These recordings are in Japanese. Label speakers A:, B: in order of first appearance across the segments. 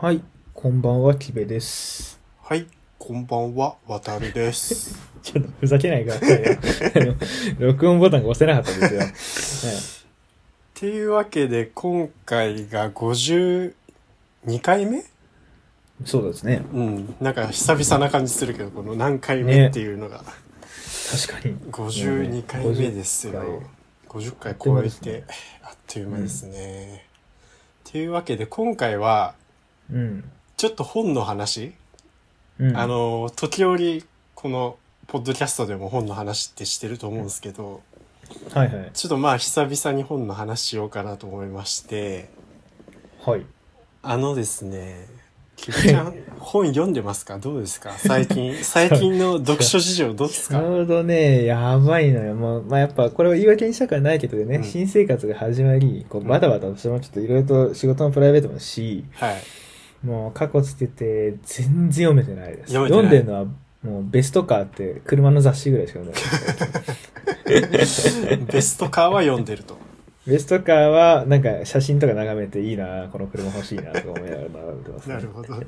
A: はい、こんばんは、キベです。
B: はい、こんばんは、わたるです。
A: ちょっとふざけないでくださいよ。録音ボタンが押せなかったんです
B: よ。ね、っていうわけで、今回が52回目
A: そうですね。
B: うん。なんか久々な感じするけど、この何回目っていうのが。ね、
A: 確かに。
B: 52回目ですよ。50回超えて、あっという間ですね。うん、っていうわけで、今回は、
A: うん、
B: ちょっと本の話、うん、あの、時折、この、ポッドキャストでも本の話ってしてると思うんですけど、
A: はいはい。
B: ちょっとまあ、久々に本の話しようかなと思いまして、
A: はい。
B: あのですね、キムちゃん、本読んでますかどうですか最 近、最近の読書事情どうですか
A: ちょうどね、やばいのよ。もう、まあ、やっぱ、これは言い訳にしたくはないけどね、うん、新生活が始まり、こう、バタバタ私もちょっといろいろと仕事もプライベートもし、
B: はい。
A: もう過去つけて全然読めてないです。読んでるのはもうベストカーって車の雑誌ぐらいしか読ん
B: でない。ベストカーは読んでると。
A: ベストカーはなんか写真とか眺めていいな、この車欲しいなとか思いながら眺めてます、
B: ね、なるほど。はい、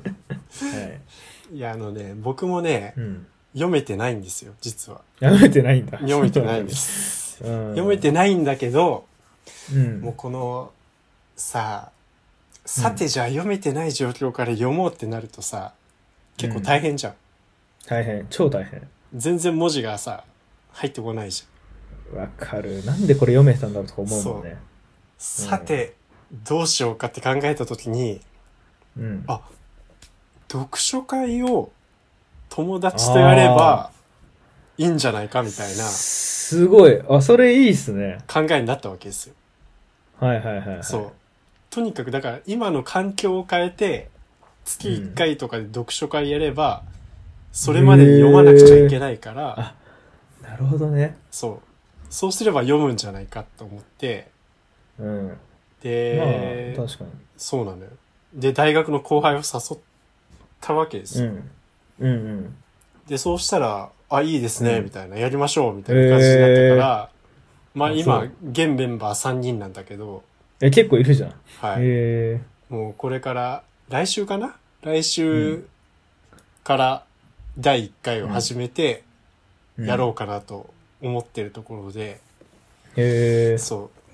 B: いや、あのね、僕もね、
A: うん、
B: 読めてないんですよ、実は。
A: 読めてないんだ。
B: 読めてないんです。うん 、読めてないんだけど、
A: うん、
B: もうこの、さあ、さてじゃあ読めてない状況から読もうってなるとさ、結構大変じゃん。うん、
A: 大変、超大変。
B: 全然文字がさ、入ってこないじ
A: ゃん。わかる。なんでこれ読めたんだろうとか思うもんね。うん、
B: さて、どうしようかって考えた時に、
A: うん、
B: あ、読書会を友達とやればいいんじゃないかみたいな。
A: すごい。あ、それいいっすね。
B: 考えになったわけですよ。
A: はいはいはい、はい。
B: そう。とにかくだから今の環境を変えて月1回とかで読書会やれば、それまでに読まなくちゃいけないから、
A: えー、なるほどね
B: そうそうすれば読むんじゃないかと思って、
A: うん、
B: で、
A: まあ、確かに
B: そうなのよで大学の後輩を誘ったわけです
A: よ、うんうんうん、
B: でそうしたら「あいいですね」みたいな、うん、やりましょう」みたいな感じになったから、えー、まあ今現メンバー3人なんだけど
A: え、結構いるじゃん。
B: はい。
A: え
B: ー、もうこれから、来週かな来週から第1回を始めて、やろうかなと思ってるところで。
A: へ、うん、えー、
B: そう。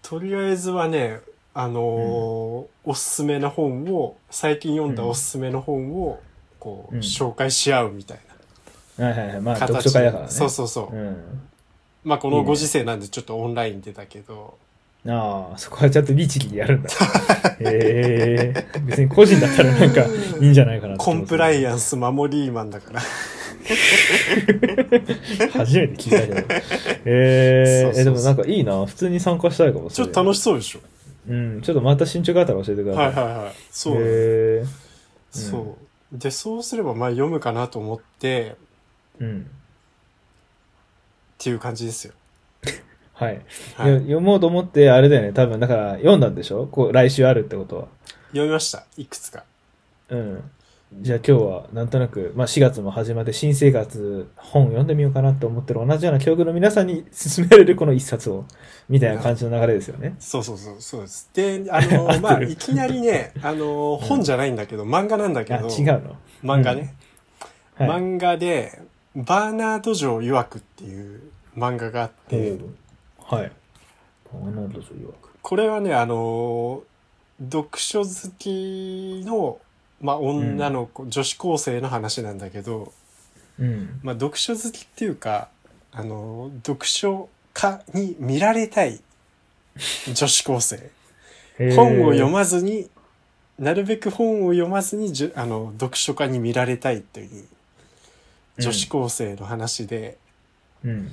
B: とりあえずはね、あのーうん、おすすめの本を、最近読んだおすすめの本を、こう、うん、紹介し合うみたい
A: な。はいはいはい。まあ、読書会だからね。
B: そうそうそう。まあ、このご時世なんでちょっとオンラインでだけど、
A: ああ、そこはちゃんと律儀にやるんだ。ええー、別に個人だったらなんかいいんじゃないかな
B: コンプライアンス守りーマンだから。
A: 初めて聞いた けど。ええー、でもなんかいいな。普通に参加したいかも
B: ちょっと楽しそうでしょ。
A: うん、ちょっとまた進捗があったら教えてください。
B: はいはいはい。そう、ね、
A: えー、
B: そう。で、そうすればまあ読むかなと思って、
A: うん。
B: っていう感じですよ。
A: はい、はい、読もうと思って、あれだよね。多分、だから、読んだんでしょこう、来週あるってことは。
B: 読みました。いくつか。
A: うん。じゃあ今日は、なんとなく、まあ4月も始まって、新生活、本読んでみようかなと思ってる同じような教育の皆さんに勧められるこの一冊を、みたいな感じの流れですよね。
B: そうそうそう、そうです。で、あ の、まあ、いきなりね、あの、本じゃないんだけど、漫画なんだけど。
A: 違うの
B: 漫画ね。うんはい、漫画で、バーナード城曰くっていう漫画があって、
A: はい。バーナード女曰く。
B: これはね、あのー、読書好きの、まあ、女の子、うん、女子高生の話なんだけど、
A: うん、
B: まあ、読書好きっていうか、あのー、読書家に見られたい女子高生。本を読まずに、なるべく本を読まずにじゅあの読書家に見られたいという女子高生の話で、
A: うん、うん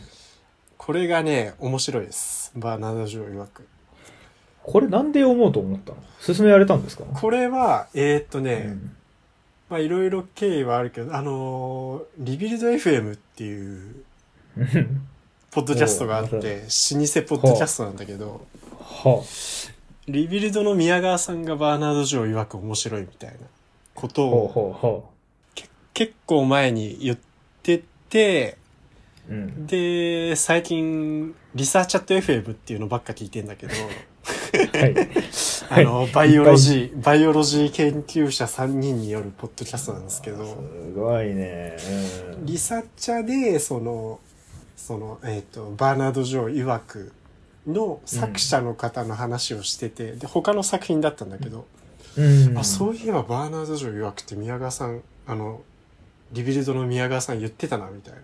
B: これがね、面白いです。バーナード・ジョー曰く。
A: これなんで読もうと思ったの勧められたんですか
B: これは、えー、っとね、うん、まあいろいろ経緯はあるけど、あのー、リビルド FM っていう、ポッドキャストがあって、老舗ポッドキャストなんだけど、
A: は
B: あ、リビルドの宮川さんがバーナード・ジョー曰く面白いみたいなことを、結構前に言ってて、
A: うん、
B: で、最近、リサーチャット FM っていうのばっか聞いてんだけど、
A: はい。
B: あの、バイオロジー、バイオロジー研究者3人によるポッドキャストなんですけど、
A: すごいね。うん
B: リサチャで、その、その、えっ、と、バーナード・ジョー曰くの作者の方の話をしてて、で、他の作品だったんだけど、
A: うん。
B: あ、そういえばバーナード・ジョー曰くって宮川さん、あの、リビルドの宮川さん言ってたな、みたいな。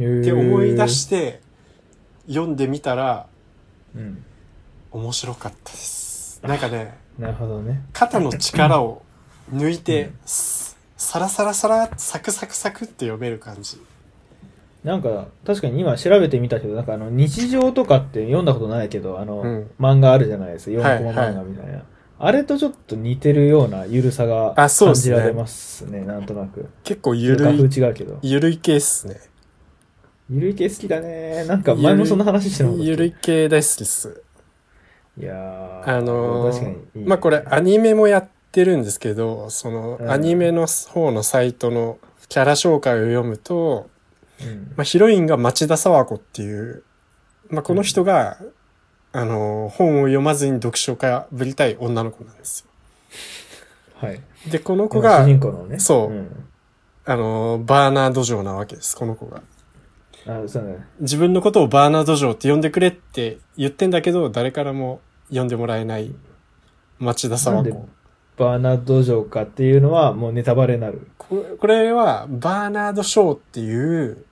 A: へー
B: って思い出して、読んでみたら、
A: うん。
B: 面白かったです。なんかね、
A: なるほどね。
B: 肩の力を抜いうて
A: ん、
B: すサラサラサラ、サクサクサクって読める感じ。
A: なんか、確かに今調べてみたけど、なんかあの、日常とかって読んだことないけど、あの、
B: うん
A: 漫画あるじゃないですか。4コマ
B: はいは
A: 漫
B: い
A: 画みたいな。あれとちょっと似てるようなゆるさが
B: あ
A: 感
B: そうです
A: じ
B: ね
A: られますね、なんとなく。
B: 結構
A: ゆ
B: ゆ
A: る
B: る
A: 風
B: い、
A: 違うけど。
B: ゆるい系っすね。
A: ゆるい系好きだね。なんか前もそんな話してなかったっけ
B: ゆるい系大好きっす。
A: いやー、
B: あのー
A: 確かにいいね
B: まあこれアニメもやってるんですけど、その
A: うん
B: アニメの方のサイトのキャラ紹介を読むと、
A: うん
B: まあ、ヒロインが町田沢子っていう、まあ、この人が、あの、本を読まずに読書家ぶりたい女の子なんです
A: はい。
B: よ。で、この子
A: まあ
B: が
A: 主、人公のね。
B: そう
A: うん
B: あの、バーナード城なわけです、この子が。
A: あ、そうだね。
B: 自分のことをバーナード城って呼んでくれって言ってんだけど、誰からも呼んでもらえない町田
A: な
B: 沢
A: んで
B: 子。、
A: バーナード城かっていうのはもうネタバレになる。
B: これこれは、バーナード・ショーっていう、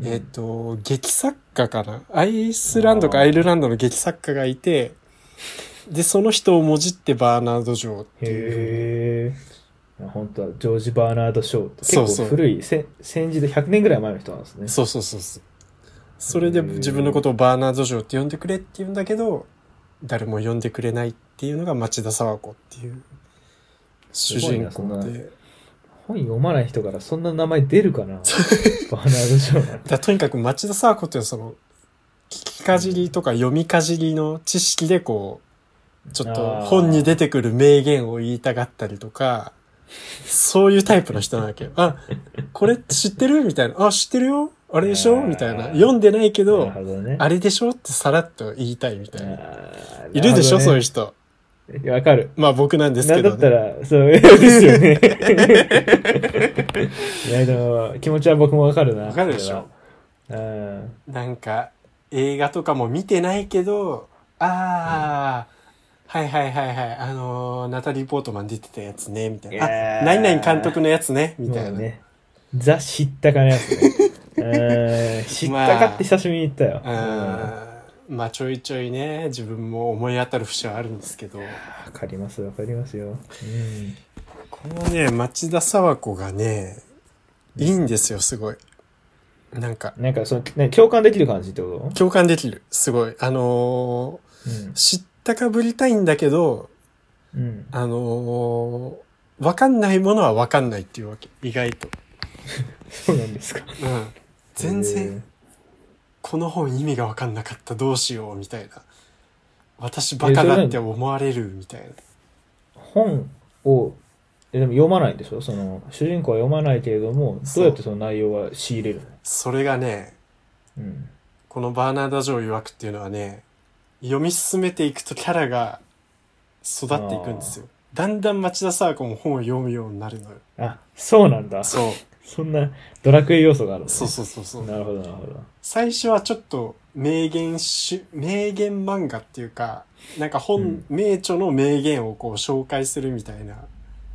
A: うん
B: えっ、と、劇作家かなアイスランドかアイルランドの劇作家がいて、で、その人をもじってバーナード・ジョーっていう。
A: へえ。本当はジョージ・バーナード・ショーって結
B: そうそう
A: 構古い、せ先日で100年ぐらい前の人なんですね。
B: そうそうそうそう。それで自分のことをバーナード・ジョーって呼んでくれって言うんだけど、誰も呼んでくれないっていうのが町田沢子っていう主人
A: すごいな
B: 公
A: そん
B: で。
A: 本読まない人からそんな名前出る かなバーナード・ショーなんて。
B: だとにかく町田沢子っていうのはその、聞きかじりとか読みかじりの知識でこう、ちょっと
A: あー
B: 本に出てくる名言を言いたがったりとか、そういうタイプの人なわけよ。あ、これ知ってるみたいな。あ、知ってるよあれでし
A: あ
B: ょ
A: ー
B: みたいな。読んでないけ
A: なる
B: ど、
A: ほどね。
B: あれでしょってさらっと言いたいみたいな。
A: あー
B: いるでしょ、
A: な
B: そういう
A: ほ
B: 人。
A: どねわかる。
B: まあ僕なんです
A: な
B: け
A: んだ
B: ど、
A: った
B: ね。
A: ら、そう、ですよ ね。いや、でも、気持ちは僕もわかるな。
B: わかるでしょ
A: それはうん。
B: なんか、映画とかも見てないけど、ああ、はいはいはいはい、あのーナタリー・ポートマン出てたやつね、みたい
A: い
B: な。あ
A: や、ー
B: 何々監督のやつね、みた
A: も
B: いな。
A: うね。ザ・知ったかのやつね。うん。知ったかって久しぶりに言ったよ。
B: うんまあちょいちょいね、自分も思い当たる節はあるんですけど、
A: わかります、わかりますよ。うん。
B: このね、町田沢子がね、いいんですよ、すごい。なんか、
A: なんか、その、ね、共感できる感じってこ
B: 共感できる、すごい。あの
A: と
B: ー知ったかぶりたいんだけど、
A: うん。うん。
B: あのーわかんないものはわかんないっていうわけ。意外と。
A: そうなんですか。
B: うん。全然、この本意味がわかんなかった、どうしよう、みたいな。私バカだって思われる、みたいな。
A: えー。本を、え、でも読まないんでしょその、主人公は読まないけれども、どうやってその内容は仕入れるの
B: それがね、
A: うん。
B: このバーナーダ・ジョー曰くっていうのはね、読み進めていくとキャラが育っていくんですよ。だんだん町田沢子も本を読むようになるのよ。
A: あ、そうなんだ。
B: そう。
A: そんなドラクエ要素があるのね
B: そうそうそうそう。
A: なるほど、なるほど。
B: 最初はちょっと名言し、名言漫画っていうか、なんか本、
A: うん
B: 名著の名言をこう紹介するみたいな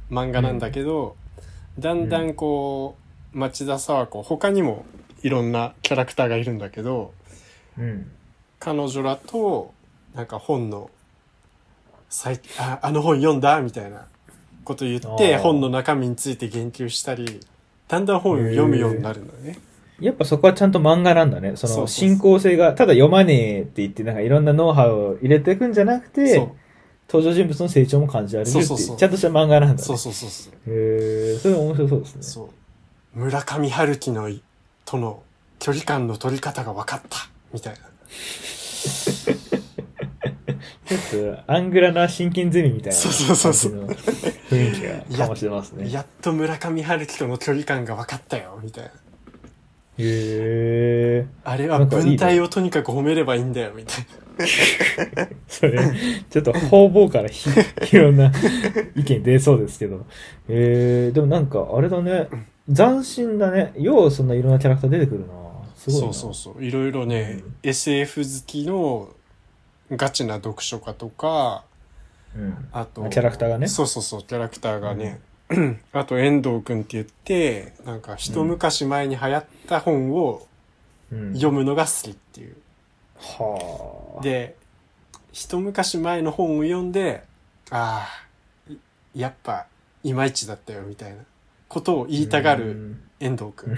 B: 漫画なんだけど、だんだんこう、町田沢子、他にもいろんなキャラクターがいるんだけど、
A: うん。
B: 彼女らと、なんか本の、最あ、あの本読んだみたいなこと言って、
A: あー
B: 本の中身について言及したり、だんだん本を読むようになるのね。
A: やっぱそこはちゃんと漫画なんだね。そ
B: そうそうそう
A: の進行性が、ただ読まねえって言って、なんかいろんなノウハウを入れていくんじゃなく
B: そ
A: て
B: う、
A: 登場人物の成長も感じられるってい
B: そうそうそう
A: う、ちゃんとした漫画なんだね。
B: そうそうそうそう。
A: へえ、それ面白そうですね。
B: そう。村上春樹のい、との距離感の取り方が分かった。みたいな。
A: ちょっと、アングラな真剣ゼミみたいな
B: そうそうそうそう
A: 感じの雰囲気がかもしれますね。
B: やっと村上春樹との距離感が分かったよ。みたいな。
A: へえ。
B: あれは
A: なんかいいね
B: 文体をとにかく褒めればいいんだよ。みたいな。
A: それ、ちょっと方々からひいろん な意見出そうですけど。えー、でもなんか、あれだね。斬新だね。ようそんないろんなキャラクター出てくるな。すごい
B: そ
A: な
B: うそうそういろいろね、
A: う
B: SF 好きのガチな読書家とか
A: うん。
B: あと
A: あキャラクターがね
B: そうそうそうキャラクターがね、 あと遠藤君って言ってなんか一昔前に流行った本を
A: うん。
B: 読むのが好きっていう、
A: はあ。
B: で一昔前の本を読んでああやっぱいまいちだったよみたいなことを言いたが
A: う
B: る
A: ん。
B: 遠藤君、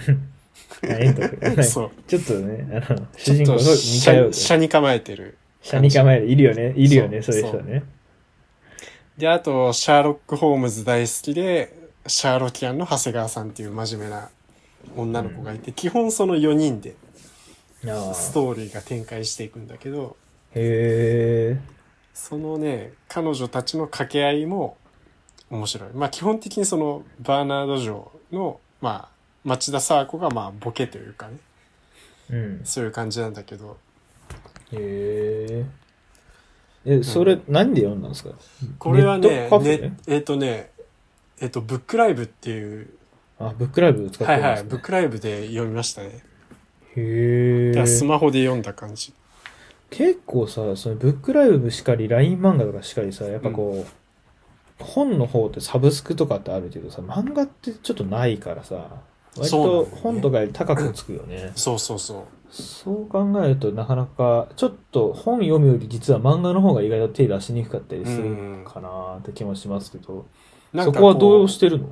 A: あ遠藤君 はい
B: そう
A: ちょっとね、あの、
B: ち
A: 主
B: ょ
A: 人公
B: っと
A: と似通うね。
B: 車に構えてる
A: シャに構える。いるよね。いるよね。
B: そ
A: そうういう人ね。
B: で、あと、シャーロック・ホームズ大好きで、シャーロキアンの長谷川さんっていう真面目な女の子がいて、基本その4人で
A: ああ
B: ストーリーが展開していくんだけど、
A: へえ。
B: そのね、彼女たちの掛け合いも面白い。まあ基本的にそのバーナード城の、まあ町田沙和子がまあボケというかね、
A: うん。
B: そういう感じなんだけど、
A: へえ。え、それ、何で読んだんですか
B: これは
A: ネッ
B: ね、
A: トカフェ
B: ねえっ、とね、えっ、と、ブックライブっていう、
A: あ、ブックライブ使って
B: は
A: る
B: い
A: んで
B: はい、
A: す
B: ブッ
A: ね。
B: クライブで読みましたね。
A: へ
B: だからス
A: え。
B: マホで読んだ感じ。
A: 結構さ、そのブックライブしかり、LINE 漫画とかしかりさ、やっぱこう、本の方ってサブスクとかってあるけどさ、漫画ってちょっとないからさ、割
B: そうな
A: と
B: んだよね
A: 本とかより高くつくよね。
B: そうそうそう。
A: そう考えるとなかなかちょっと本読むより実は漫画の方が意外と手出しにくかったりするかなって気もしますけど、
B: なん
A: そ
B: か
A: こはどう
B: う
A: してるの
B: い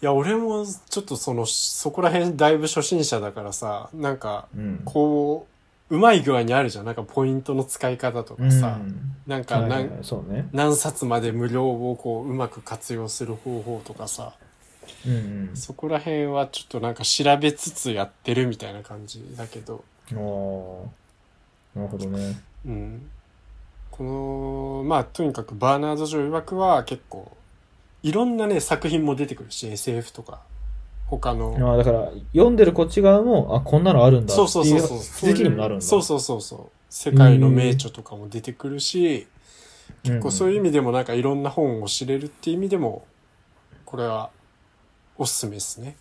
B: や、俺もちょっとその、そこら辺だいぶ初心者だからさ、なんか、
A: うん
B: こう、うまい具合にあるじゃん。なんかポイントの使い方と
A: う
B: か
A: ん
B: さ、なんか
A: はいは
B: 何,、
A: いはいそうね。
B: 何冊まで無料をこう、うまく活用する方法とかさ、
A: うんうん
B: そこら辺はちょっとなんか調べつつやってるみたいな感じだけど、
A: あーなるほどね。
B: うん。この、まあ、とにかくバーナード・ジョー曰くは結構、いろんなね、作品も出てくるし、SF とか、他の、
A: あーだから読んでるこっち側も、あ、こんなのあるんだって
B: そ
A: いう
B: そうそうそ
A: 気づ
B: う。
A: きにもなるんだ。
B: そうそうそうそう。世界の名著とかも出てくるし、
A: うんうん
B: こうそういう意味でもなんかいろんな本を知れるっていう意味でも、これはおすすめですね。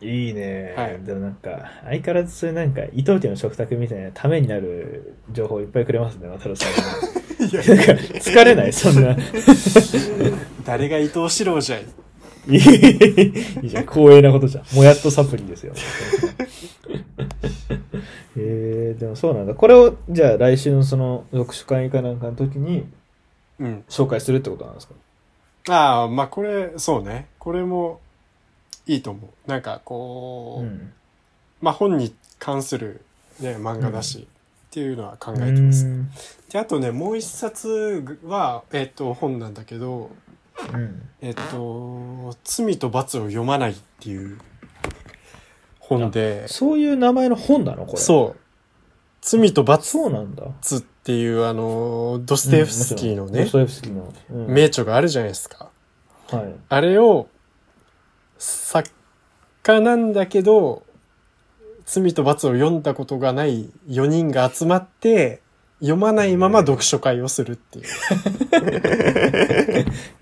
A: いいね、
B: はい
A: でもなんか、相変わらずそういうなんか、伊藤家の食卓みたいなためになる情報いっぱいくれますね、渡るさんは。なんか、疲れない、そんな。
B: 誰が伊藤四郎じゃい。
A: いいいいじゃん、光栄なことじゃん。もやっとサプリですよ。 えー、でもそうなんだ。これを、じゃあ来週のその、読書会かなんかの時に
B: うん。
A: 紹介するってことなんですか
B: ああ、まあこれ、そうね。これもいいと思う。なんかこう、
A: ん。
B: まあ本に関するね、漫画だし、っていうのは考
A: う
B: えてます。
A: ん。
B: で、あとね、もう一冊は、えっ、と、本なんだけど、
A: うん。
B: えっと、罪と罰を読まないっていう本で、
A: そういう名前の本なのこれ。う。
B: そう。罪と罰
A: そうなんだ。
B: っていう、あの、ドステフスキーの
A: うんも
B: ね
A: ち、ろんドステフスキーの。うん
B: 名著があるじゃないですか。
A: はい。
B: あれを、作家なんだけど、罪と罰を読んだことがない4人が集まって、読まないまま読書会をするっていう。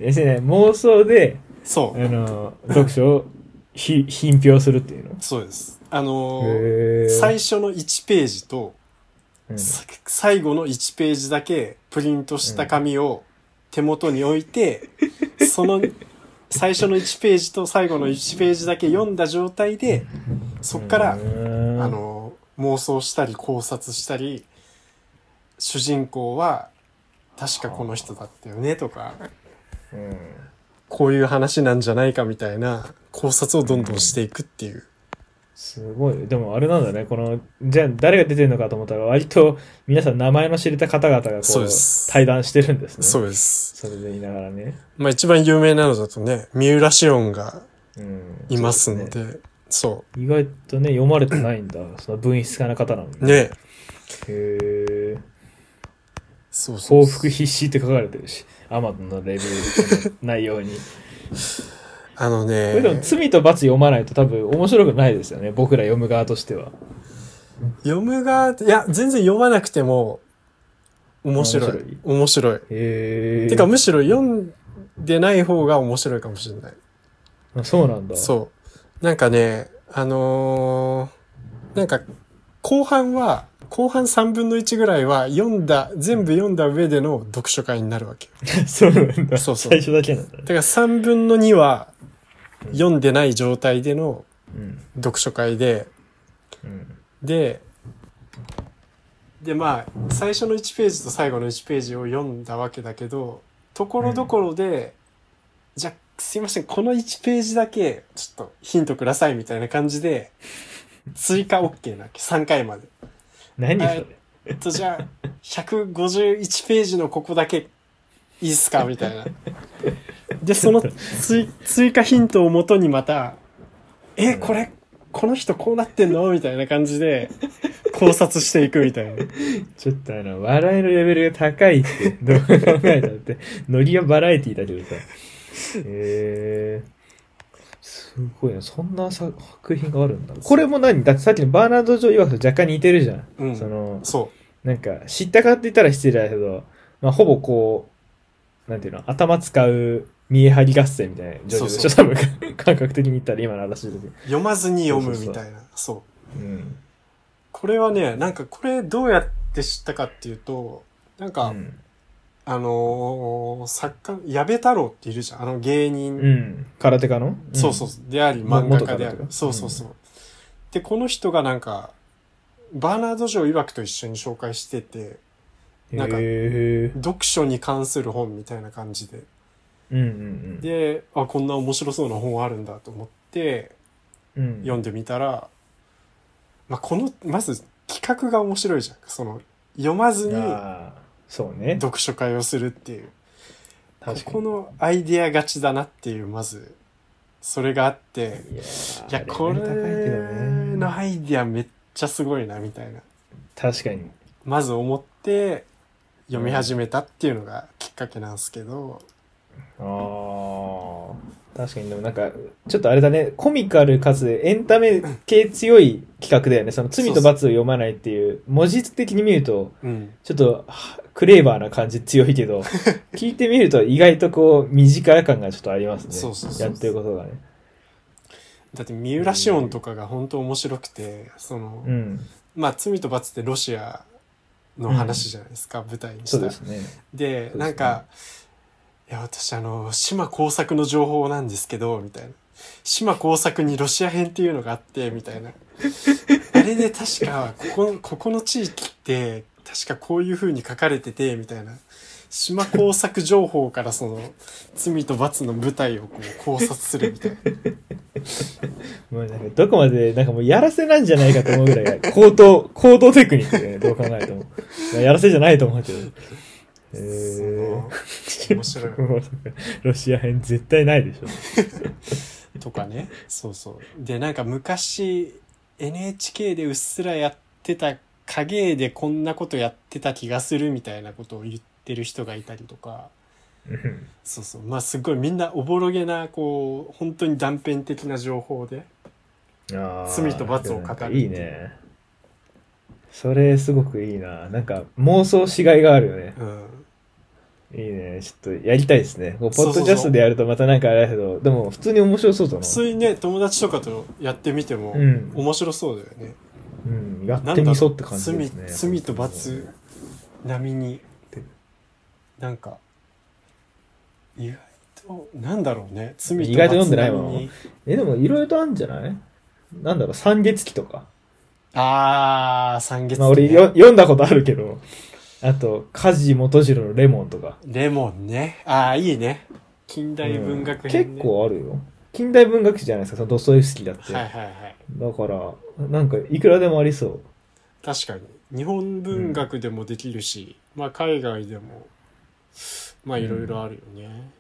A: ですね、妄想で、
B: そ
A: あの、読書をひ品評するっていうの。
B: う。そうです。あの、
A: へー
B: 最初の1ページと、
A: うん
B: さ最後の1ページだけプリントした紙を手元に置いて、その最初の1ページと最後の1ページだけ読んだ状態で、そっから、
A: うん
B: あの、妄想したり考察したり、主人公は確かこの人だったよねとか、
A: うん
B: こういう話なんじゃないかみたいな考察をどんどんしていくっていう。
A: すごい。でもあれなんだね。この、じゃあ誰が出てるのかと思ったら、割と皆さん名前の知れた方々がこ
B: そう
A: う
B: です
A: 対談してるんですね。
B: そうです。
A: それで言いながらね。
B: まあ一番有名なのだとね、三浦紫音が
A: うん、
B: いますの
A: そう
B: で、そう
A: すね。意外とね、読まれてないんだ。その文筆家の方なのに。
B: ね
A: へえ。
B: そうそう
A: 幸
B: そう
A: 福必至って書かれてるし、アマゾンのレビューの内容に。
B: あの
A: これでも
B: ね、
A: 罪と罰読まないと多分面白くないですよね。僕ら読む側としては。
B: 読む側って、いや、全然読まなくても、面白い。面白い。
A: へえ。
B: てか、むしろ読んでない方が面白いかもしれない。
A: あそうなんだ。
B: そう。なんかね、あのーなんか、後半は、後半3分の1ぐらいは読んだ、全部読んだ上での読書会になるわけ よ。
A: そうなんだ。
B: そうそう
A: 最初だけなんだね
B: だ。から3分の2は読んでない状態での
A: うん。
B: 読書会で、
A: うん。
B: で、で、まあ、最初の1ページと最後の1ページを読んだわけだけど、ところどころで、じゃあ、すいません、この1ページだけ、ちょっとヒントくださいみたいな感じで、追加 OK なわけ、3回まで。
A: 何そ
B: は
A: れ、
B: いえっと、じゃあ、151ページのここだけ、いいっすかみたいな。で、その追追加ヒントをもとにまた、え、これ、この人こうなってんのみたいな感じで、考察していくみたいな。
A: ちょっとあの、笑いのレベルが高いって、 どう考えたって、ノリはバラエティだけどさ。えー、すごいな、そんな作作品があるんだ。これも何だってさっきのバーナード・ジョー曰くと若干似てるじゃん。
B: うん
A: その、
B: そ
A: なんか、知ったかって言ったら失礼だけど、まあ、ほぼこう、なんていうの、頭使う見え張り合戦みたいな状況でしょ、
B: そう
A: 多分、 感覚的に言ったら今の話で。
B: う。読まずに読むみたいな。そう
A: うん。
B: これはね、なんかこれどうやって知ったかっていうと、なんか、
A: うん。
B: あのー作家、矢部太郎っているじゃん。あの芸人。
A: うん。空手家の
B: そうそう、であり、
A: も
B: 漫画家で
A: 元々。
B: ある
A: とか
B: そうそうそう。で、この人がなんか、バーナード・ジョー曰くと一緒に紹介してて、
A: うん。
B: なんか
A: へー
B: 読書に関する本みたいな感じで。
A: うんうんうん。
B: で、あ、こんな面白そうな本あるんだと思って、
A: うん、
B: 読んでみたら、まあ、この、まず企画が面白いじゃん。その、読まずに
A: ああそうね。
B: 読書会をするっていう。こ
A: 確かに
B: このアイデア勝ちだなっていう、まず、それがあって、
A: いやー
B: いや、これ
A: レベル高いけどね
B: のアイディアめっちゃすごいな、みたいな。
A: 確かに。
B: まず思って、読み始めたっていうのがきっかけなんですけど、
A: ああ。確かに、でもなんか、ちょっとあれだね、コミカルかつエンタメ系強い企画だよね。その罪と罰を読まないっていう、文字的に見ると、
B: うん。
A: ちょっとはクレーバーな感じ強いけ ど、聞いてみると意外とこう、身近感がちょっとありますね。
B: そうそうそうそう
A: やってることがね。
B: だって、三浦紫音とかが本当面白くて、その、
A: うん。
B: まあ、罪と罰ってロシアの話じゃないですか、舞台にした。
A: そうですね。
B: で
A: そうですね
B: なんか、いや、私、あの、島工作の情報なんですけど、みたいな。島工作にロシア編っていうのがあって、みたいな。あれで確か、ここ、ここの地域って、確かこういう風に書かれてて、みたいな。島工作情報からその、罪と罰の舞台をこう考察するみたいな。
A: もうなんかどこまで、なんかもうやらせなんじゃないかと思うぐらい、高等、 高等テクニックだよね、どう考えても。まあやらせじゃないと思 うけど。えー、
B: その面白い。
A: もう ロシア編絶対ないでしょ。
B: と かね。そうそう。で、なんか昔 NHK でうっすらやってた影絵でこんなことやってた気がするみたいなことを言ってる人がいたりとか。そうそう。まあすごいみんなおぼろげな、こう、本当に断片的な情報で。
A: あー
B: 罪と罰を語るっていう
A: いいね。それすごくいいな。なんか妄想しがいがあるよね。
B: うん。
A: いいね。ちょっとやりたいですね。こうポ
B: そうそ
A: ッ
B: うそう
A: ドキャストでやるとまたなんかあれだけど、でも普通に面白そうだな
B: 普。通にね、友達とかとやってみても
A: うん
B: 面白そうだよね。
A: うん。や
B: な
A: って
B: ん
A: み
B: だ
A: そ
B: ろ
A: うって感じですね。
B: 罪、罪と罰並みに
A: て、
B: なんか、意外と、なんだろうね。罪と罰
A: 意外と読んでないわ
B: 並みに
A: え、でもいろいろとあるんじゃないなんだろう、三月期とか。
B: あー、三月、ね
A: まあ俺よ読んだことあるけど、あと、梶元次郎のレモンとか。
B: レモンね。あー、いいね。近代文学編、ね
A: うん結。構あるよ。近代文学史じゃないですか、そのドストエフスキーだって。
B: はいはいはい。
A: だから、なんかいくらでもありそう。
B: 確かに。日本文学でもできるし、まあ海外でも、まあいろいろあるよね。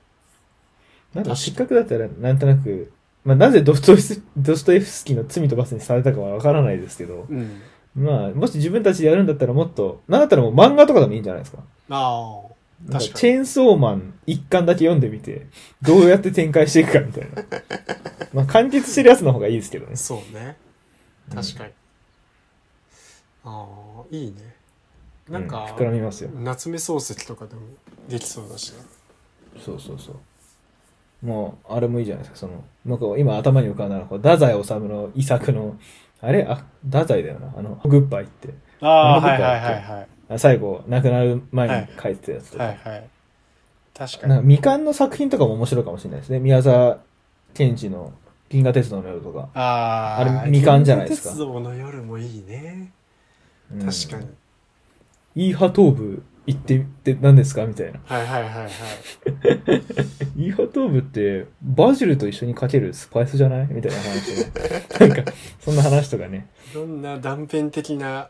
A: なんか失格だったらなんとなく、まあなぜドストエフスドストエフスキーの罪と罰にされたかはわからないですけど、
B: うん。
A: まあもし自分たちでやるんだったらもっと、なんだったらもう漫画とかでもいいんじゃないですか。
B: あー。
A: なんか
B: 確かに
A: チェーンソーマン一巻だけ読んでみて、どうやって展開していくかみたい な。まあ完結してるやつの方がいいですけどね。
B: そうね。確かに。ああ、いいね。なんか、
A: うん膨らみますよ
B: 夏目漱石とかでもできそうだしな
A: そうそうそう。もう、あれもいいじゃないですか。その、なんか今頭に浮かんだのは、こう太宰治の遺作の、あれあ、太宰だよな。あの、グッバイって。
B: ああ
A: な
B: は
A: ん
B: い
A: か
B: は
A: あ
B: い
A: って
B: はいはい
A: あ最後、亡くなる前に書いてたやつとか。
B: はいはい確か
A: なん
B: に
A: か未完の作品とかも面白いかもしれないですね。宮沢賢治の銀河鉄道の夜とか。
B: あー
A: あれ未完じゃないですか
B: 銀河鉄道の夜もいいね
A: うん
B: 確かに、。
A: イーハトーブ行ってって何ですかみたいな。
B: はいはいはいはい
A: イーハトーブってバジルと一緒にかけるスパイスじゃないみたいな話とか。 なんか、そんな話とかね。
B: いろんな断片的な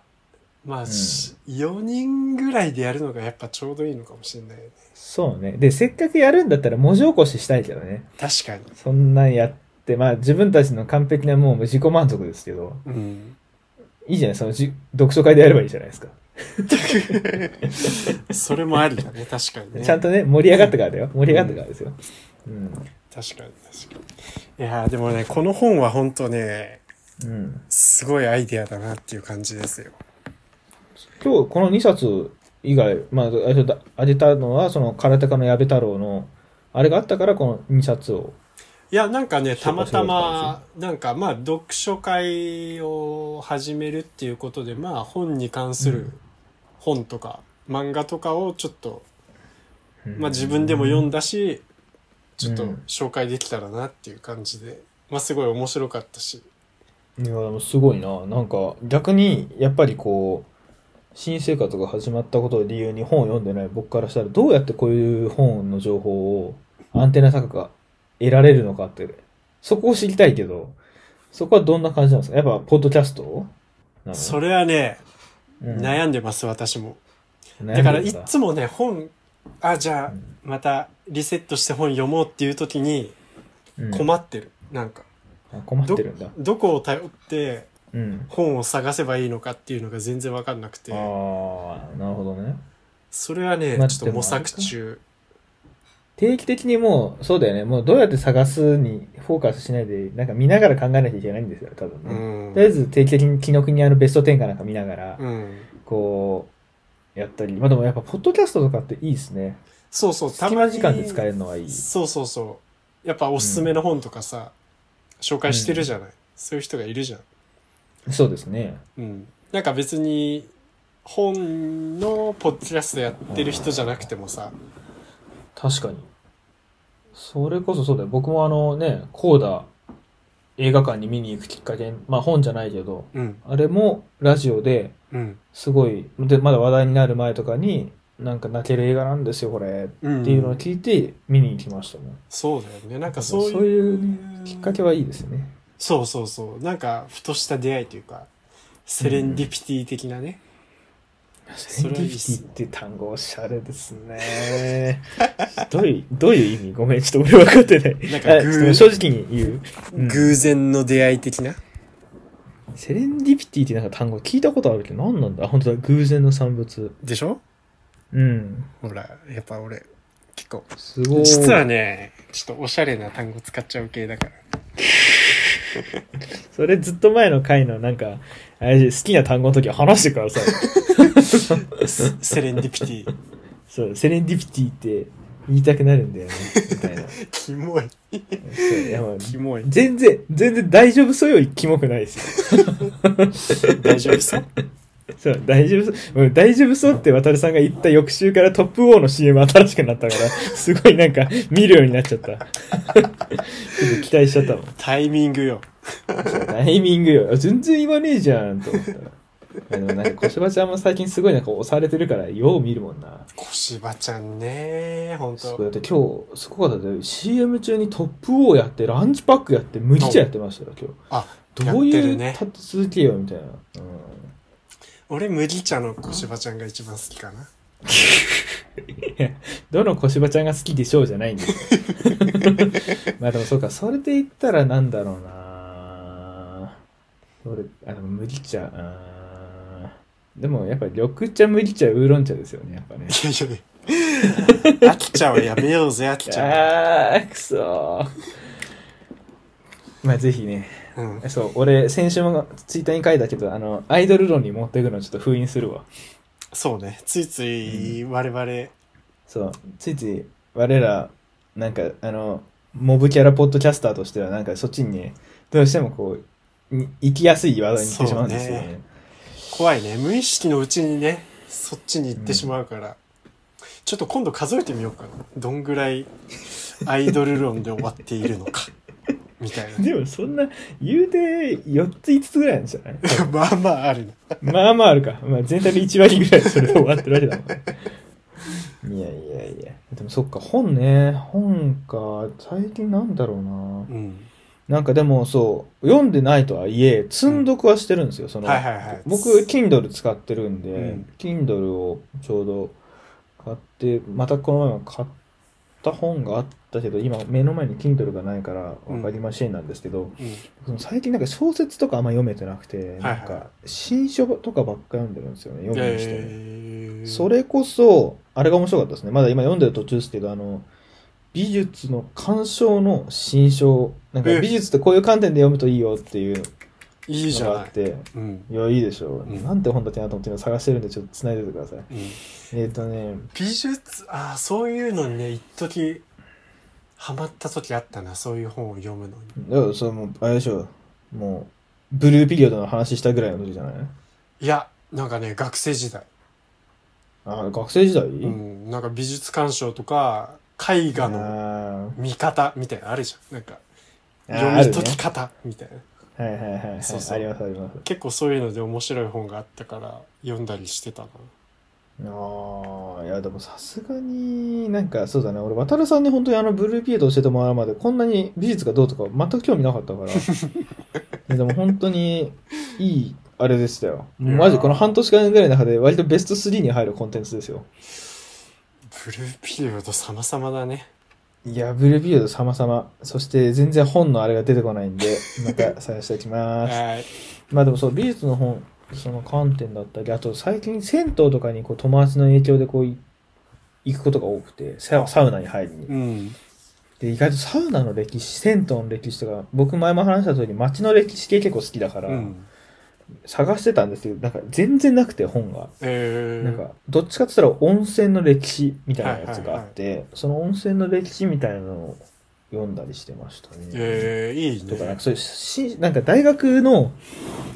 B: まあ、
A: ん
B: し4人ぐらいでやるのがやっぱちょうどいいのかもしれないよね
A: そうね。で、せっかくやるんだったら文字起こししたいけどね。
B: 確かに
A: そんなんやって、まあ自分たちの完璧なもう自己満足ですけど、
B: うん
A: いいじゃないそのじ読書会でやればいいじゃないですか。
B: それもありだね確かにね
A: ちゃんとね、盛り上がったからだよ。盛り上がったからですよ。うん。
B: 確かに確かにいやーでもねこの本は本当ね
A: うん。
B: すごいアイデアだなっていう感じですよ
A: 今日この2冊以外、まあ、あれだあげたのは、その、空手家の矢部太郎の、あれがあったから、この2冊を。
B: いやなんかね
A: そ
B: た
A: うか
B: またまなんかまあ読書会を始めるっていうことでまあ本に関す
A: う
B: る
A: ん
B: 本とか漫画とかをちょっとまあ自分でも読んだしちょっと
A: うん
B: 紹介できたらなっていう感じでまあすごい面白かったし
A: いや、でもすごいな。なんか、逆に、やっぱりこう、新生活が始まったことを理由に本を読んでない僕からしたら、どうやってこういう本の情報をアンテナ高く得られるのかって、そこを知りたいけど、そこはどんな感じなんですかやっぱ、ポッドキャストなの
B: それはね
A: うん
B: 悩んでます私も
A: 悩んで
B: だから
A: るん
B: いつもね本あじゃあまたリセットして本読もうっていう時に
A: うん
B: 困ってるなんか
A: あ困ってるんだ。
B: どこを頼って
A: うん。
B: 本を探せばいいのかっていうのが全然分かんなくて
A: ああ、なるほどね。
B: それはね
A: まあ
B: ちょっと模索中
A: 定期的にもう、そうだよね。もうどうやって探すにフォーカスしないで、なんか見ながら考えなきゃいけないんですよ、多分
B: う
A: ね。
B: ん
A: とりあえず定期的に紀ノ国屋のベスト10かなんか見ながら、
B: うん
A: こう、やったり。まあでもやっぱ、ポッドキャストとかっていいですね。
B: そうそう
A: 隙間時間で使えるのはいい。
B: そうそうそうやっぱおすすめの本とかさ紹介してるじゃないそういう人がいるじゃん
A: そうですね。
B: うんなんか別に本のポッドキャストやってる人じゃなくてもさ
A: 確かに。それこそそうだよ。僕もあのね、コーダ映画館に見に行くきっかけ、まあ本じゃないけど、
B: うん
A: あれもラジオで、
B: うん
A: すごい、で、まだ話題になる前とかに、なんか泣ける映画なんですよ、これ。
B: うん
A: っていうのを聞いて、見に行きましたもん。
B: そうだよねなんか
A: そう
B: そういう
A: いうねきっかけはいいですね。
B: そうそうそうなんかふとした出会いというかセレンディピティ的なね、
A: セ
B: そ
A: レン
B: れ
A: デ
B: は
A: ィピ
B: いいっ
A: テ
B: す
A: ィっていう単語おしゃれですね。 どういう、どういう意味ごめん、ちょっと俺分かって ない。
B: なん
A: あ
B: か
A: ち
B: 偶
A: ょっと正直に言う。うん
B: 偶然の出会い的な
A: セレンディピティってなんか単語聞いたことあるけど、何なんだあ本当だ、偶然の産物。
B: でしょ
A: うん。
B: ほらやっぱ俺結構
A: すごい。
B: 実はねちょっとおしゃれな単語使っちゃう系だから
A: それずっと前の回のなんか、あれ好きな単語の時は話してくだ さい。
B: セセレンディピティ
A: そう、セレンディピティって言いたくなるんだよね、みたいな。
B: キモい
A: そういやまあ
B: キ モい
A: 全然、全然大丈夫そうよりキモくないです
B: 大丈夫そう
A: よ。そう、大丈夫そう、うん大丈夫そうって渡さんが言った翌週からトップウォーの CM 新しくなったから、 すごいなんか見るようになっちゃった。ちょっと期待しちゃったもん。
B: タイミングよ
A: そうタイミングよ。あ全然言わねえじゃん、と思ったら。でもなんか小芝ちゃんも最近すごいなんか押されてるから、よう見るもんな。
B: 小芝ちゃんねほん
A: すご
B: と
A: い。だって今日、すごかったで CM 中にトップオーやって、ランチパックやって、麦茶やってましたよ、今日。
B: あ
A: どう
B: やっ
A: い
B: てる
A: う
B: ね
A: 立て続けよ、みたいな。うん
B: 俺麦茶の小芝ちゃんが一番好きかな
A: どの小芝ちゃんが好きでしょうじゃないんですよ。まあでもそうか、それで言ったらなんだろうな俺、あの、麦茶、うんでもやっぱ緑茶、麦茶、ウーロン茶ですよね、やっぱね。
B: いやいやいや飽きちゃうやめようぜ飽きちゃ
A: あー、くそー。まあぜひね、
B: う、うん、
A: そう、俺、先週もツイッターに書いたけど、あの、アイドル論に持っていくのちょっと封印するわ。
B: そうねついつい我々、
A: そう、ついつい我ら、なんか、あの、モブキャラポッドキャスターとしては、なんかそっちにね、どうしてもこう、に行きやすいワードに行ってしまうんですよ
B: そう
A: ね。
B: 怖いね無意識のうちにねそっちに行ってしまうから、ちょっと今度数えてみようかなどんぐらいアイドル論で終わっているのかみたい な
A: でもそんな、言うて4つ5つぐらいなんじゃない
B: まあまああるな
A: まあまああるか。まあ全体で1割ぐらいそれで終わってるわけだもんね。いやいやいや。でもそっか、本ね。本か。最近なんだろうな。
B: うん
A: なんかでもそう、読んでないとはいえ、積んどくはしてるんですよ。その、
B: はいはいはい
A: 僕、Kindle 使ってるんで、
B: うん
A: Kindle をちょうど買って、またこの前も買った本があったけど、今目の前に Kindle がないから分かりませんなんですけど、
B: うん
A: その最近なんか小説とかあんま読めてなくて、
B: はいはい
A: なんか新書とかばっか読んでるんですよね、読みにしても、
B: えー
A: それこそ、あれが面白かったですね。まだ今読んでる途中ですけど、あの、美術の鑑賞の新書、なん
B: え
A: か美術ってこういう観点で読むといいよっていう
B: いいじ
A: の
B: ゃ
A: があっ
B: ない、
A: て、
B: うん
A: いや、いいでしょう。
B: うん
A: なんて本だっけなと思って今探してるんで、ちょっと繋いでてください。
B: うん、
A: えっ、とね、
B: 美術ああそういうのにね一時ハマった時あったなそういう本を読むのに
A: だからそれもう、あれでしょう。もう、ブルーピリオドの話したぐらいの時じゃない
B: いやなんかね学生時代、
A: あ、学生時代、
B: うん、なんか美術鑑賞とか絵画の
A: あ
B: 見方みたいなのあるじゃんなんか
A: ーあー
B: 読
A: あるね
B: み解き方みたいな、
A: はいはいはいはい。
B: そうそう
A: ありますあります。
B: 結構そういうので面白い本があったから読んだりしてたな
A: ああ、いやでもさすがになんかそうだね。俺、渡るさんに本当にあのブルーピリオド教えてもらうまでこんなに美術がどうとか全く興味なかった から。いやでも本当にいいあれでしたよ。もうマジこの半年間ぐらいの中で割とベスト3に入るコンテンツですよ。
B: ブルーピリオド様々だね
A: いや、ブルーピリオド様々。そして全然本のあれが出てこないん で、また探していき
B: は
A: ます。
B: い
A: まあでもそう、美術の本、その観点だったり、あと最近銭湯とかにこう友達の影響でこうい行くことが多くて、ササウナに入りに。
B: うん
A: で、意外とサウナの歴史、銭湯の歴史とか、僕前も話した通り街の歴史系結構好きだから、
B: うん
A: 探してたんですけど、なんか全然なくて本が。
B: えー、
A: なんか、どっちかって言ったら温泉の歴史みたいなやつがあって、その温泉の歴史みたいなのを読んだりしてましたね。
B: えー、いい
A: とか、なん
B: ね
A: かそういうし、なんか大学の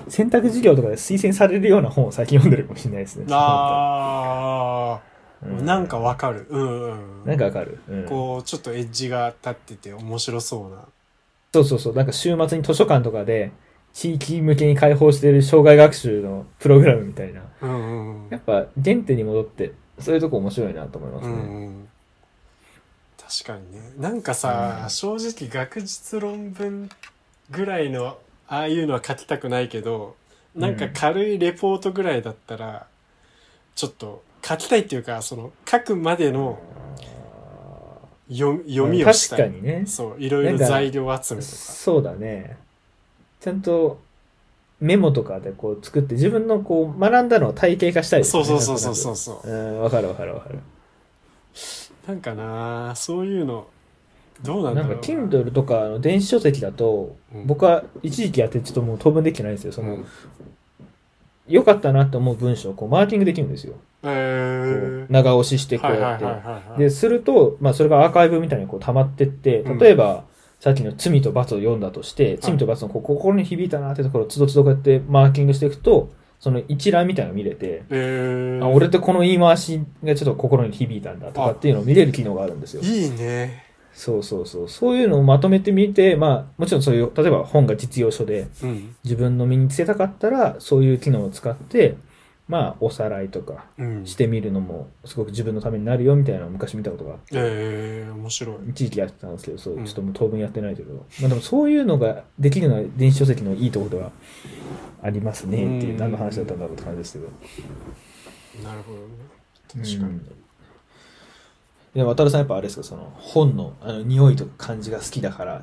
A: 選択授業とかで推薦されるような本を最近読んでるかもしれないですね。
B: あ
A: そう
B: ー、
A: 思ったら
B: なん、かわかるうんうん
A: なんかわかる、うん
B: こうちょっとエッジが立ってて面白そうな
A: そうそうそう、なんか週末に図書館とかで、地域向けに開放している障害学習のプログラムみたいな。
B: うんうん
A: やっぱ原点に戻って、そういうとこ面白いなと思います
B: う
A: ね。
B: んうん確かにねなんかさ、
A: うん
B: 正直学術論文ぐらいのああいうのは書きたくないけどなんか軽いレポートぐらいだったらちょっと書きたいっていうかその書くまでの読読みをしたい、
A: 確かにね。
B: そういろいろ材料集めとか
A: そうだね。ちゃんとメモとかでこう作って、自分のこう学んだのを体系化したいです
B: そ
A: ね
B: うそうそうそうそうそう
A: う。うん、わかるわかるわかる。
B: なんかなそういうのどうなんだ
A: な
B: ろ
A: ん
B: う
A: か Kindle とかあの電子書籍だと、
B: うん
A: 僕は一時期やってちょっともう当分できてないんですよ。その、
B: うん
A: 良かったなと思う文章をこうマーキングできるんですよ。
B: え
A: こ
B: ー
A: う長押ししてこ
B: は
A: う
B: いは
A: や
B: い
A: っ
B: はい
A: て。
B: はいはい
A: で、すると、まあ、それがアーカイブみたいにこう溜まってって
B: うん、
A: 例えば、さっきの罪と罰を読んだとして、罪と罰のこう心に響いたなってところをつどつどこうやってマーキングしていくと、その一覧みたいなのが見れて、
B: えー
A: あ、俺ってこの言い回しがちょっと心に響いたんだとかっていうのを見れる機能があるんですよ。
B: いいね
A: そうそうそう。そういうのをまとめてみて、まあ、もちろんそういう、例えば本が実用書で、
B: うん
A: 自分の身につけたかったら、そういう機能を使って、まあ、おさらいとか
B: うん
A: してみるのも、すごく自分のためになるよみたいなのを昔見たことがあって。
B: ええ面白い。
A: 一時期やってたんですけど、そうう、
B: ん
A: ちょっともう当分やってないけど、まあでもそういうのができるのは電子書籍のいいところではありますねっていうう、
B: ん
A: 何の話だったんだろうって感じですけど。
B: なるほどね。確か
A: う
B: に。
A: んで、渡るさんやっぱあれですか、その本のあの匂いとか感じが好きだから、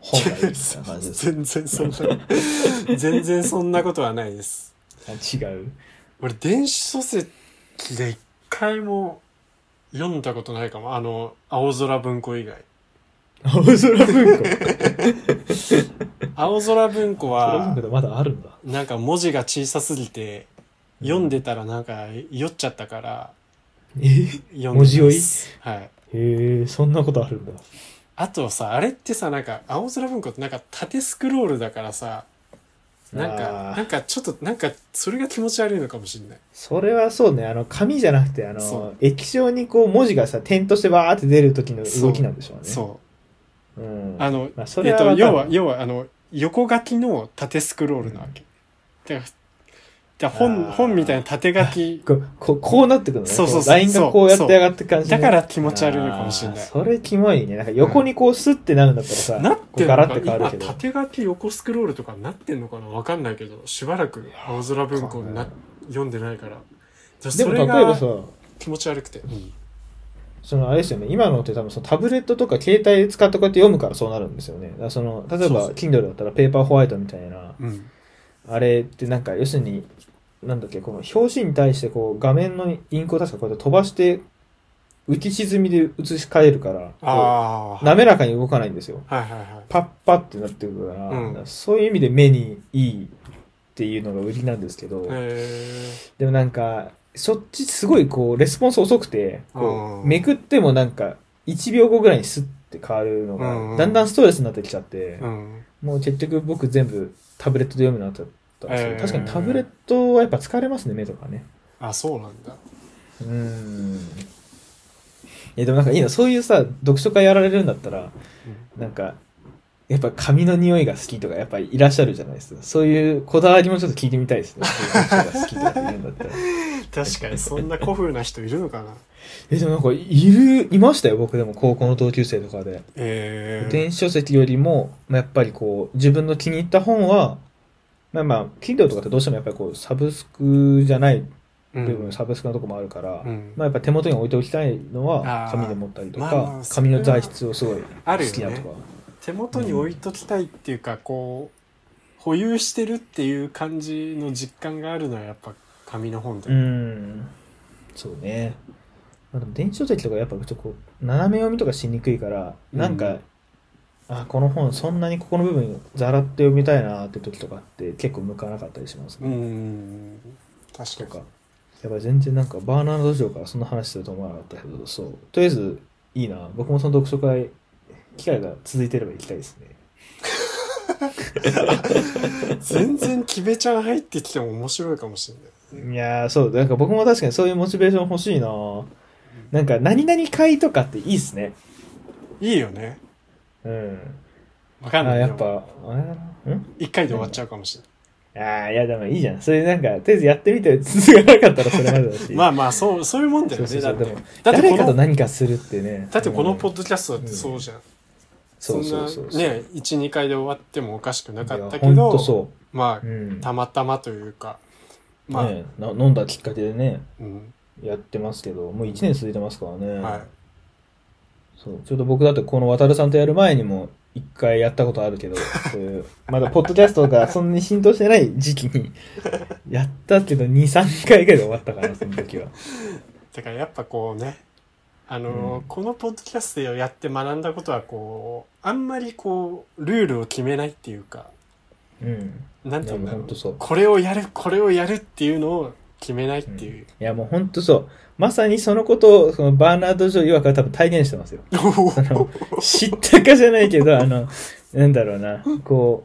A: 本がいいみたいな感じ です
B: 全然そんな、全然そんなことはないです。
A: か。あ違う。
B: 俺、電子書籍で一回も読んだことないかも。あの、青空文庫以外。
A: 青空文庫。青
B: 青空文庫
A: 空文庫
B: は
A: っ、てまだあるんだ。
B: なんか文字が小さすぎて、読んでたらなんか酔っちゃったから
A: え
B: 読んでます
A: 文字酔い
B: はい
A: へえそんなことあるんだ
B: あとさあれってさなんか青空文庫ってなんか縦スクロールだからさなん
A: あ
B: か
A: ー
B: なんかちょっとなんかそれが気持ち悪いのかもしれない
A: それはそうねあの紙じゃなくてあ
B: そ
A: の
B: う
A: 液晶にこう文字がさ点としてバーって出る時の動きなんでしょうね、
B: そう
A: ん、
B: うあの
A: まあそ
B: え
A: れ
B: っ
A: は
B: と
A: わかる
B: 要は要はあの横書きの縦スクロールなわけ、だからだから
A: あー
B: 本本みたいな縦書き
A: こうこうこうなってくるのね
B: そうそうそう
A: こラインがこうやって上がってく感じね
B: だから気持ち悪いのかもしれな
A: あー
B: い
A: それキモいねなんか横にこうスッてなるんだったらさ、
B: なってん
A: ガ
B: の
A: ラ
B: か
A: ッて変わ
B: 今
A: るけど
B: 縦書き横スクロールとかなってんのかなわかんないけどしばらく青空文庫
A: わ
B: な
A: かん
B: 読んでないからじゃあ
A: で
B: そ
A: も
B: れ
A: 例えば
B: が
A: さ
B: 気持ち悪くて、
A: そのあれですよね今のって多分そのタブレットとか携帯使ってこうやって読むからそうなるんですよねだからその例え
B: そう
A: ば
B: そう
A: Kindle だったらペーパーホワイトみたいな
B: うんうん
A: あれってなんか要するになんだっけこの表紙に対してこう画面のインクを確かこうやって飛ばして浮き沈みで写し替えるからこ
B: あ
A: う
B: あ
A: 滑らかに動かないんですよ
B: はいはいはい
A: パッパってなってくるから、
B: うん
A: そういう意味で目にいいっていうのが売りなんですけど、
B: え
A: でもなんかそっちすごいこうレスポンス遅くてこ
B: う
A: うんめくってもなんか1秒後ぐらいにスッて変わるの
B: うん
A: が
B: うん
A: だんだんストレスになってきちゃって
B: ー、うん
A: もう結局僕全部タブレットで読むようになっちゃったんですけど、
B: えー
A: 確かにタブレットはやっぱ疲れますね目とかね
B: あそうなんだ
A: うんえでもなんかいいなそういうさ読書会やられるんだったら
B: うん
A: なんか、やっぱ髪の匂いが好きとか、やっぱいらっしゃるじゃないですか。そういうこだわりもちょっと聞いてみたいですね。そういう人が好きとかって言うんだったら。
B: 確かにそんな古風な人いるのかな
A: え、でもなんか、いる、いましたよ、僕でも高校の同級生とかで。
B: えー、
A: 電子書籍よりも、まあ、やっぱりこう、自分の気に入った本は、まあまあ、Kindle とかってどうしてもやっぱりこう、サブスクじゃない
B: うん
A: 部分、サブスクのとこもあるから、
B: うん
A: まあやっぱ手元に置いておきたいのは
B: あー
A: 紙で持ったりと
B: まあま
A: か
B: あ、それ
A: 紙
B: は
A: の材質をすごい
B: あ
A: 好
B: るよね
A: きだとか。
B: 手元に置いときたいっていうか、こう保有してるっていう感じの実感があるのはやっぱ紙の本だ
A: う
B: よね
A: ん。そうね。まあ、でも電子書籍とかやっぱちょっとこう、斜め読みとかしにくいから、なんか、
B: うん
A: あ、この本そんなにここの部分ざらっと読みたいなって時とかって結構向かなかったりします
B: う
A: ね。
B: ん確か
A: と
B: に
A: か。やっぱ全然なんかバーナード城からそんな話すると思わなかったけど、そう。とりあえずいいな。僕もその読書会、機会が続いてれば行きたいですね。
B: 全然キベちゃん入ってきても面白いかもしれない
A: いやー、そう。なんか僕も確かにそういうモチベーション欲しいななんか何々会とかっていいっすね。
B: いいよね
A: うん。
B: わかん
A: あ
B: ない
A: や
B: よ
A: っぱ、あれだな。ん
B: 一回で終わっちゃうかもしれな
A: ああ、いや、でもいいじゃん。それなんか、とりあえずやってみて、続かなかったらそれまでだし。
B: い まあまあそうそういうもんだよ
A: そうそ
B: ね
A: うそ
B: だっ
A: う。で
B: て
A: も、
B: だって
A: 誰
B: こ
A: かと
B: の
A: 何かするってね。
B: だってこのポ
A: ッ、
B: ッドキャストだってそうじゃん、
A: そ
B: そ
A: うんそ
B: な
A: うそうそう。
B: ね12回で終わってもおかしくなかった
A: い
B: け
A: やほんと
B: ど
A: そ
B: ま
A: う。うん
B: あ。たまたまというかまあ、
A: ねな飲んだきっかけでね、
B: うん
A: やってますけど、もう1年続いてますからね。
B: はい
A: そう。ちょっと僕だってこの渡るさんとやる前にも、一回やったことあるけど、そういう、まだポッドキャストがそんなに浸透してない時期 に、やったけど、2、3回ぐらいで終わったかな、その時は。
B: だからやっぱこうねあの、
A: うん
B: このポッドキャストをやって学んだことはこうあんまりこうルールを決めないっていうか
A: うん。
B: なんていうんだ
A: いやもうほ
B: ろ
A: ん
B: う
A: とそう
B: これをやるこれをやるっていうのを決めないっていう、
A: いやもう本当そう。まさにそのことを、そのバーナード・ジョー曰くは多分体現してますよ。あの、知ったかじゃないけど、あの、なんだろうな、こ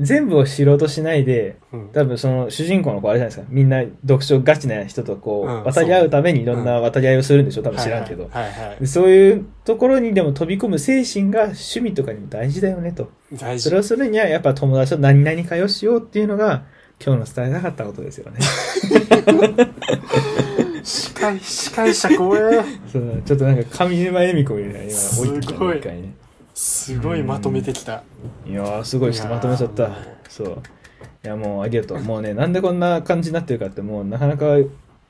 A: う、全部を知ろうとしないで、
B: うん
A: 多分その主人公の子あれじゃないですか、みんな読書ガチな人とこ
B: うん
A: う、渡り合うためにいろんな渡り合いをするんでしょ、多分知らんけど。
B: はいはい、はいは
A: でそういうところにでも飛び込む精神が趣味とかにも大事だよねと。
B: い、大
A: そ
B: 事
A: れをするにはやっぱ友達と何々会をしようっていうのが今日の伝えなかったことです よね。
B: 司会司会者怖え
A: そうちょっとなんか上沼恵美子みたいな今置いてきたね
B: すごい
A: 一回ね
B: すごいまとめてきた
A: いやーすごいちょっとまとめちゃっ
B: い
A: た
B: やー
A: そういやもうありがとうもうねなんでこんな感じになってるかってもうなかなか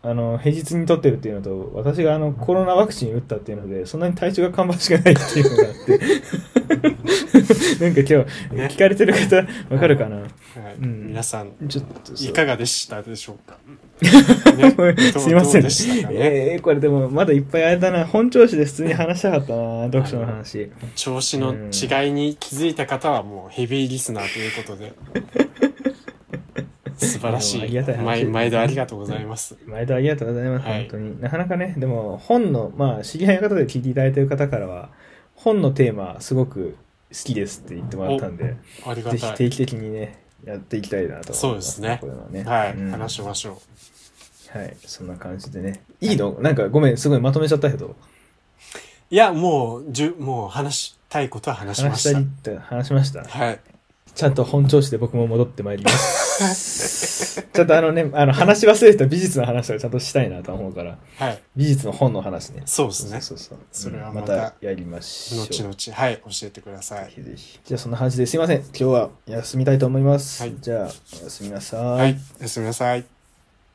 A: あの平日に撮ってるっていうのと私があのコロナワクチン打ったっていうのでそんなに体調が芳しくないっていうのがあって なんか今日、
B: ね
A: 聞かれてる方わかるかな、
B: はい
A: うん
B: 皆さん
A: ちょっとそう
B: いかがでしたでしょ うか、ねどう
A: すいません
B: どうで
A: ね
B: したかね
A: えー、これでもまだいっぱいあれだな本調子で普通に話したかったな読書の話
B: 調子の 違いに気づいた方はもうヘビーリスナーということで。素晴らし
A: あ
B: い
A: りがたい話
B: 毎毎度ありがとうございます、
A: 毎度ありがとうございます、
B: はい
A: 本当に。なかなかね、でも本の、まあ、知り合いの方で聞いていただいている方からは、本のテーマ、すごく好きですって言ってもらったんで、
B: ありが
A: ぜひ
B: たい
A: 定期的にね、やっていきたいなと
B: そう
A: 思い
B: で
A: ますす
B: ね
A: これはね。
B: はい、
A: うん
B: 話しましょ
A: はい、そんな感じでね。いいのなんかごめん、すごいまとめちゃったけど、
B: ういやもうじゅもう話したいことは話しま
A: 話
B: し
A: した
B: た
A: りって話しました。
B: はい
A: ちゃんと本調子で僕も戻ってまいり ます。ちゃんとあのね、あの話し忘れてた美術の話をちゃんとしたいなと思うから、
B: はい
A: 美術の本の話ね。
B: そうですね
A: そうそうそう
B: それは
A: うん
B: ま
A: ま
B: た
A: たやりましょう。
B: 後々はい教えてくださ
A: ぜ
B: い
A: ひぜひじゃあそんな感じですいません今日は休みたいと思います、
B: はい
A: じゃあおやすみなさい、
B: はいおやすみなさい